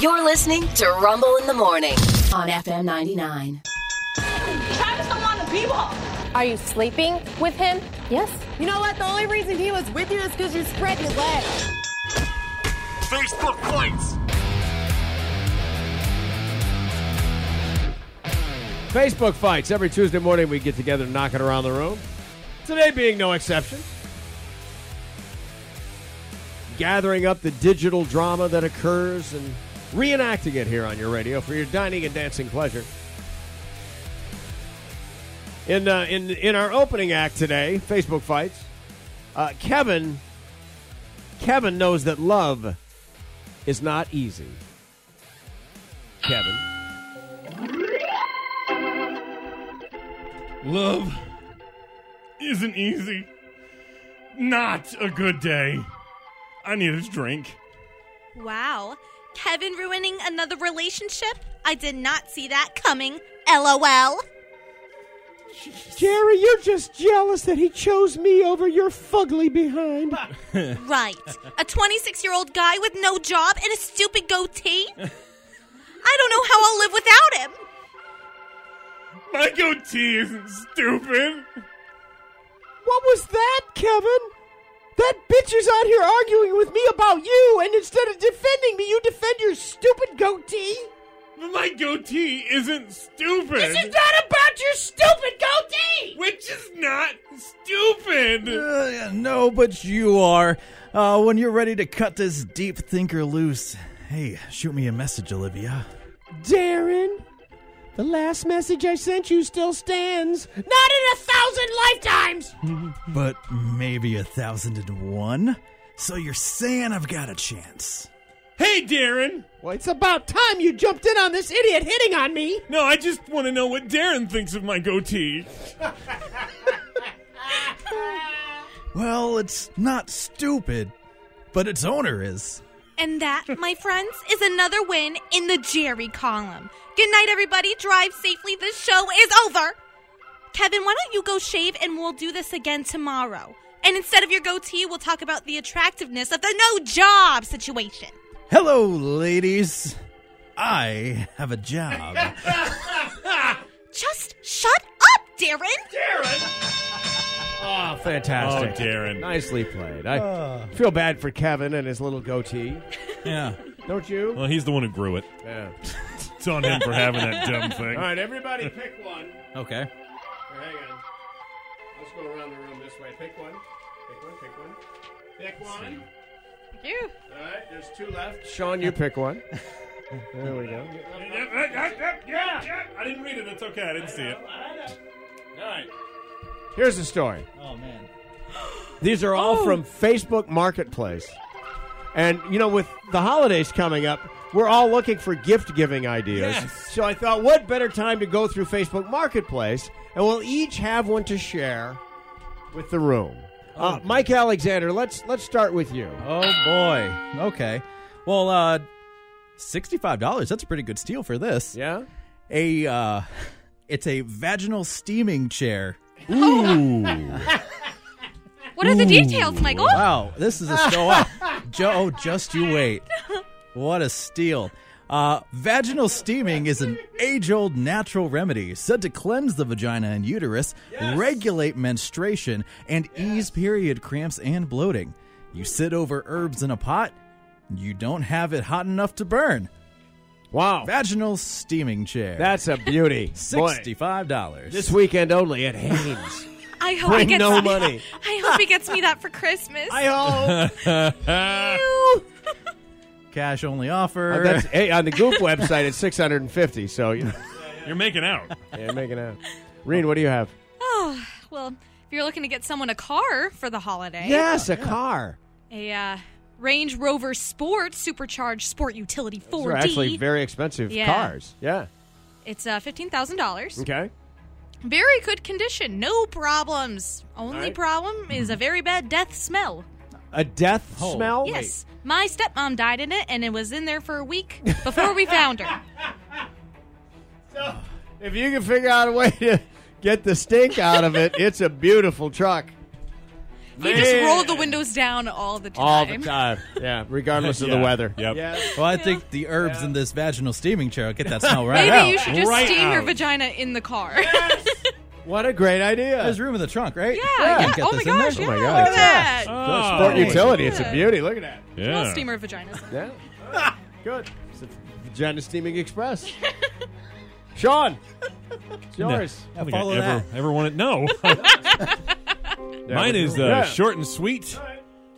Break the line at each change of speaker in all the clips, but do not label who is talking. You're listening to Rumble in the Morning on FM 99.
Travis don't want to be with.
Are you sleeping with him? Yes.
You know what? The only reason he was with you is because you spread your legs.
Facebook fights.
Facebook fights. Every Tuesday morning, we get together and knock it around the room. Today being no exception. Gathering up the digital drama that occurs and reenacting it here on your radio for your dining and dancing pleasure. In uh, in in our opening act today, Facebook fights. Uh, Kevin. Kevin knows that love is not easy. Kevin.
Love isn't easy. Not a good day. I need a drink.
Wow. Kevin ruining another relationship? I did not see that coming. LOL.
Jerry, you're just jealous that he chose me over your fugly behind.
Right. A 26 year old guy with no job and a stupid goatee? I don't know how I'll live without him.
My goatee isn't stupid.
What was that, Kevin? That bitch is out here arguing with me about you, and instead of defending me, you defend your stupid goatee?
But my goatee isn't stupid.
not about your stupid goatee!
which is not stupid.
Uh, no, but you are. Uh, when you're ready to cut this deep thinker loose, hey, shoot me a message, Olivia.
Darren, the last message I sent you still stands. Not in a thousand lifetimes!
But maybe a thousand and one? So you're saying I've got a chance?
Hey, Darren.
Well, it's about time you jumped in on this idiot hitting on me.
No, I just want to know what Darren thinks of my goatee.
Well, it's not stupid, but its owner is.
And that, my friends, is another win in the Jerry column. Good night, everybody. Drive safely. This show is over. Kevin, why don't you go shave and we'll do this again tomorrow? And instead of your goatee, we'll talk about the attractiveness of the no job situation.
Hello, ladies. I have a job.
Just shut up, Darren.
Oh, fantastic.
Oh, Ah. Darren.
Nicely played. I feel bad for Kevin and his little goatee.
yeah.
Don't you?
Well, he's the one who grew it.
Yeah.
It's on him for having that dumb thing.
All right, everybody pick one.
Okay.
Here, hang on. Let's go around the room this way. Pick one. Pick one, pick one. Pick one.
You.
All right, there's two left. Sean, you pick one. There we go.
I didn't read it. It's okay. I didn't see it. All right.
Here's the story.
Oh, man.
These are all from Facebook Marketplace. And, you know, with the holidays coming up, we're all looking for gift giving ideas.
Yes.
So I thought, what better time to go through Facebook Marketplace? And we'll each have one to share with the room. Uh, Mike Alexander, let's let's start with you.
Oh, boy. Okay. Well, uh, $65. That's a pretty good steal for this.
Yeah,
a uh it's a vaginal steaming chair.
What are the details, Michael?
Wow, this is a show off. Joe, just you wait. What a steal. Uh, vaginal steaming is an age old natural remedy said to cleanse the vagina and uterus, regulate menstruation, and ease period cramps and bloating. You sit over herbs in a pot, you don't have it hot enough to burn.
wow,
Vaginal steaming chair.
that's a beauty. Boy,
$65.
this weekend only at Haynes.
I hope he
Bring
gets
no money.
I hope he gets me that for Christmas.
I hope.
Cash only offer.
Uh, that's, hey, on the Goop website, it's six hundred and fifty. So you know,
You're making out.
yeah, making out. Reen, what do you have?
oh, well, if you're looking to get someone a car for the holiday,
Yes, a car.
a uh, Range Rover Sport supercharged sport utility
These
4D.
are actually very expensive
Yeah.
cars. Yeah.
it's uh, fifteen thousand dollars.
Okay.
Very good condition, no problems. Only
Mm. right.
problem is a very bad death smell.
A death smell.
yes, my stepmom died in it, and it was in there for a week before we found her.
Wait, if you can figure out a way to get the stink out of it, it's a beautiful truck.
He just rolled the windows down all the time.
all the time. Yeah, regardless of the
Yeah.
weather.
Yep.
Yes.
Well, I think the herbs in this vaginal steaming chair will get that smell right
Maybe
out.
you should just
Right
steam your
out.
vagina in the car.
What a great idea.
There's room in the trunk, right?
Yeah,
You
yeah.
can get
Oh
this
my
in there.
gosh. Yeah,
my
look
God.
at that.
Oh.
Sport utility. It's a beauty. Look at that.
Yeah.
Well, steamer vaginas.
Yeah. Good. It's a vagina steaming express. Sean, it's yours.
I don't think I
Follow
ever, ever wanted. No. Mine is uh,
Yeah.
short and sweet.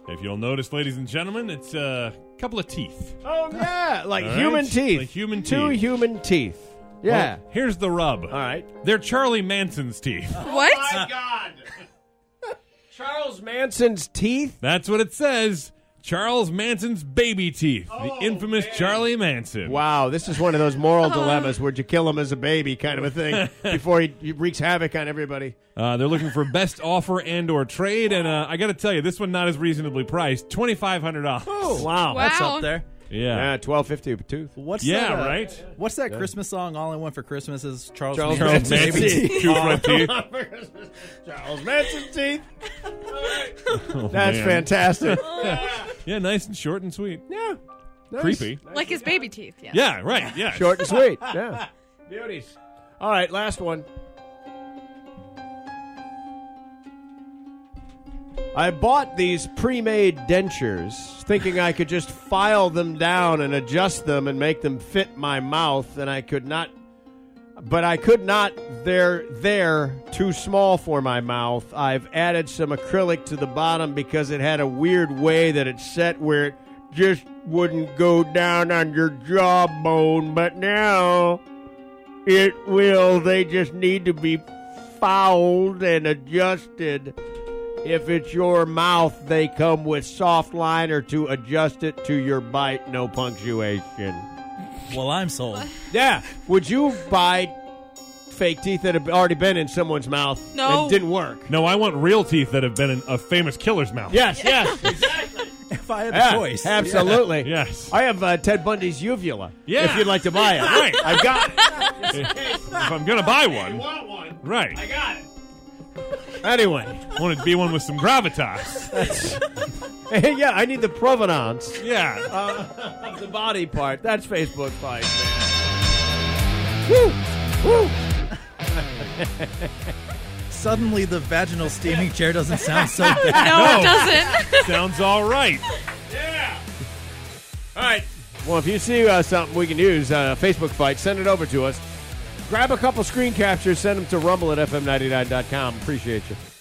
If you'll notice, ladies and gentlemen, it's uh, a couple of teeth.
Oh yeah, like
All
human
right.
teeth.
Like human
Two
teeth.
human teeth. Yeah.
Well, Oh, here's the rub.
All right.
They're Charlie Manson's teeth.
What?
God. Charles Manson's teeth.
That's what it says. Charles Manson's baby teeth. the infamous Charlie Manson.
Oh, Wow, this is one of those moral dilemmas where you kill him as a baby, kind of a thing, before he, he wreaks havoc on everybody.
Uh, they're looking for best offer and or trade, and uh, I got to tell you, this one not as reasonably priced. Twenty five hundred dollars.
wow.
That's
Wow.
up there.
Yeah.
Yeah, twelve fifty a tooth.
What's
Yeah,
that, uh,
right?
What's that Christmas song? All I want for Christmas is Charles,
Charles
Charles
Manson's
Manson.
baby teeth.
Manson, two front
Oh.
teeth.
Charles Manson's teeth.
Oh,
That's
man.
fantastic.
Yeah, nice and short and sweet.
yeah. Nice.
Creepy.
Like his baby teeth. Yeah.
Yeah, right. Yeah.
Short and sweet. Yeah. Beauties. All right, last one. I bought these pre made dentures thinking I could just file them down and adjust them and make them fit my mouth, and I could not. But I could not. They're they're too small for my mouth. I've added some acrylic to the bottom because it had a weird way that it set where it just wouldn't go down on your jawbone. But now it will. They just need to be fouled and adjusted. If it's your mouth, they come with soft liner to adjust it to your bite, no punctuation.
Well, I'm sold.
Yeah. Would you buy fake teeth that have already been in someone's mouth
No.
and didn't work?
No, I want real teeth that have been in a famous killer's mouth.
Yes, yes.
If I had the
Yeah,
choice,
Absolutely.
Yes.
I have uh, Ted Bundy's uvula.
Yeah.
If you'd like to buy it.
Right.
I've got it.
if I'm gonna buy one, right? I got
Anyway.
want it to be one with some gravitas.
yeah, I need the provenance.
Yeah.
of the body part. That's Facebook fight, man. Woo! Woo!
suddenly the vaginal steaming chair doesn't sound so bad.
No,
No.
it
Uh,
doesn't.
Sounds all right.
All right. Well, if you see uh, something we can use, uh, Facebook fight, send it over to us. Grab a couple screen captures, send them to rumble at fm99.com. Appreciate you.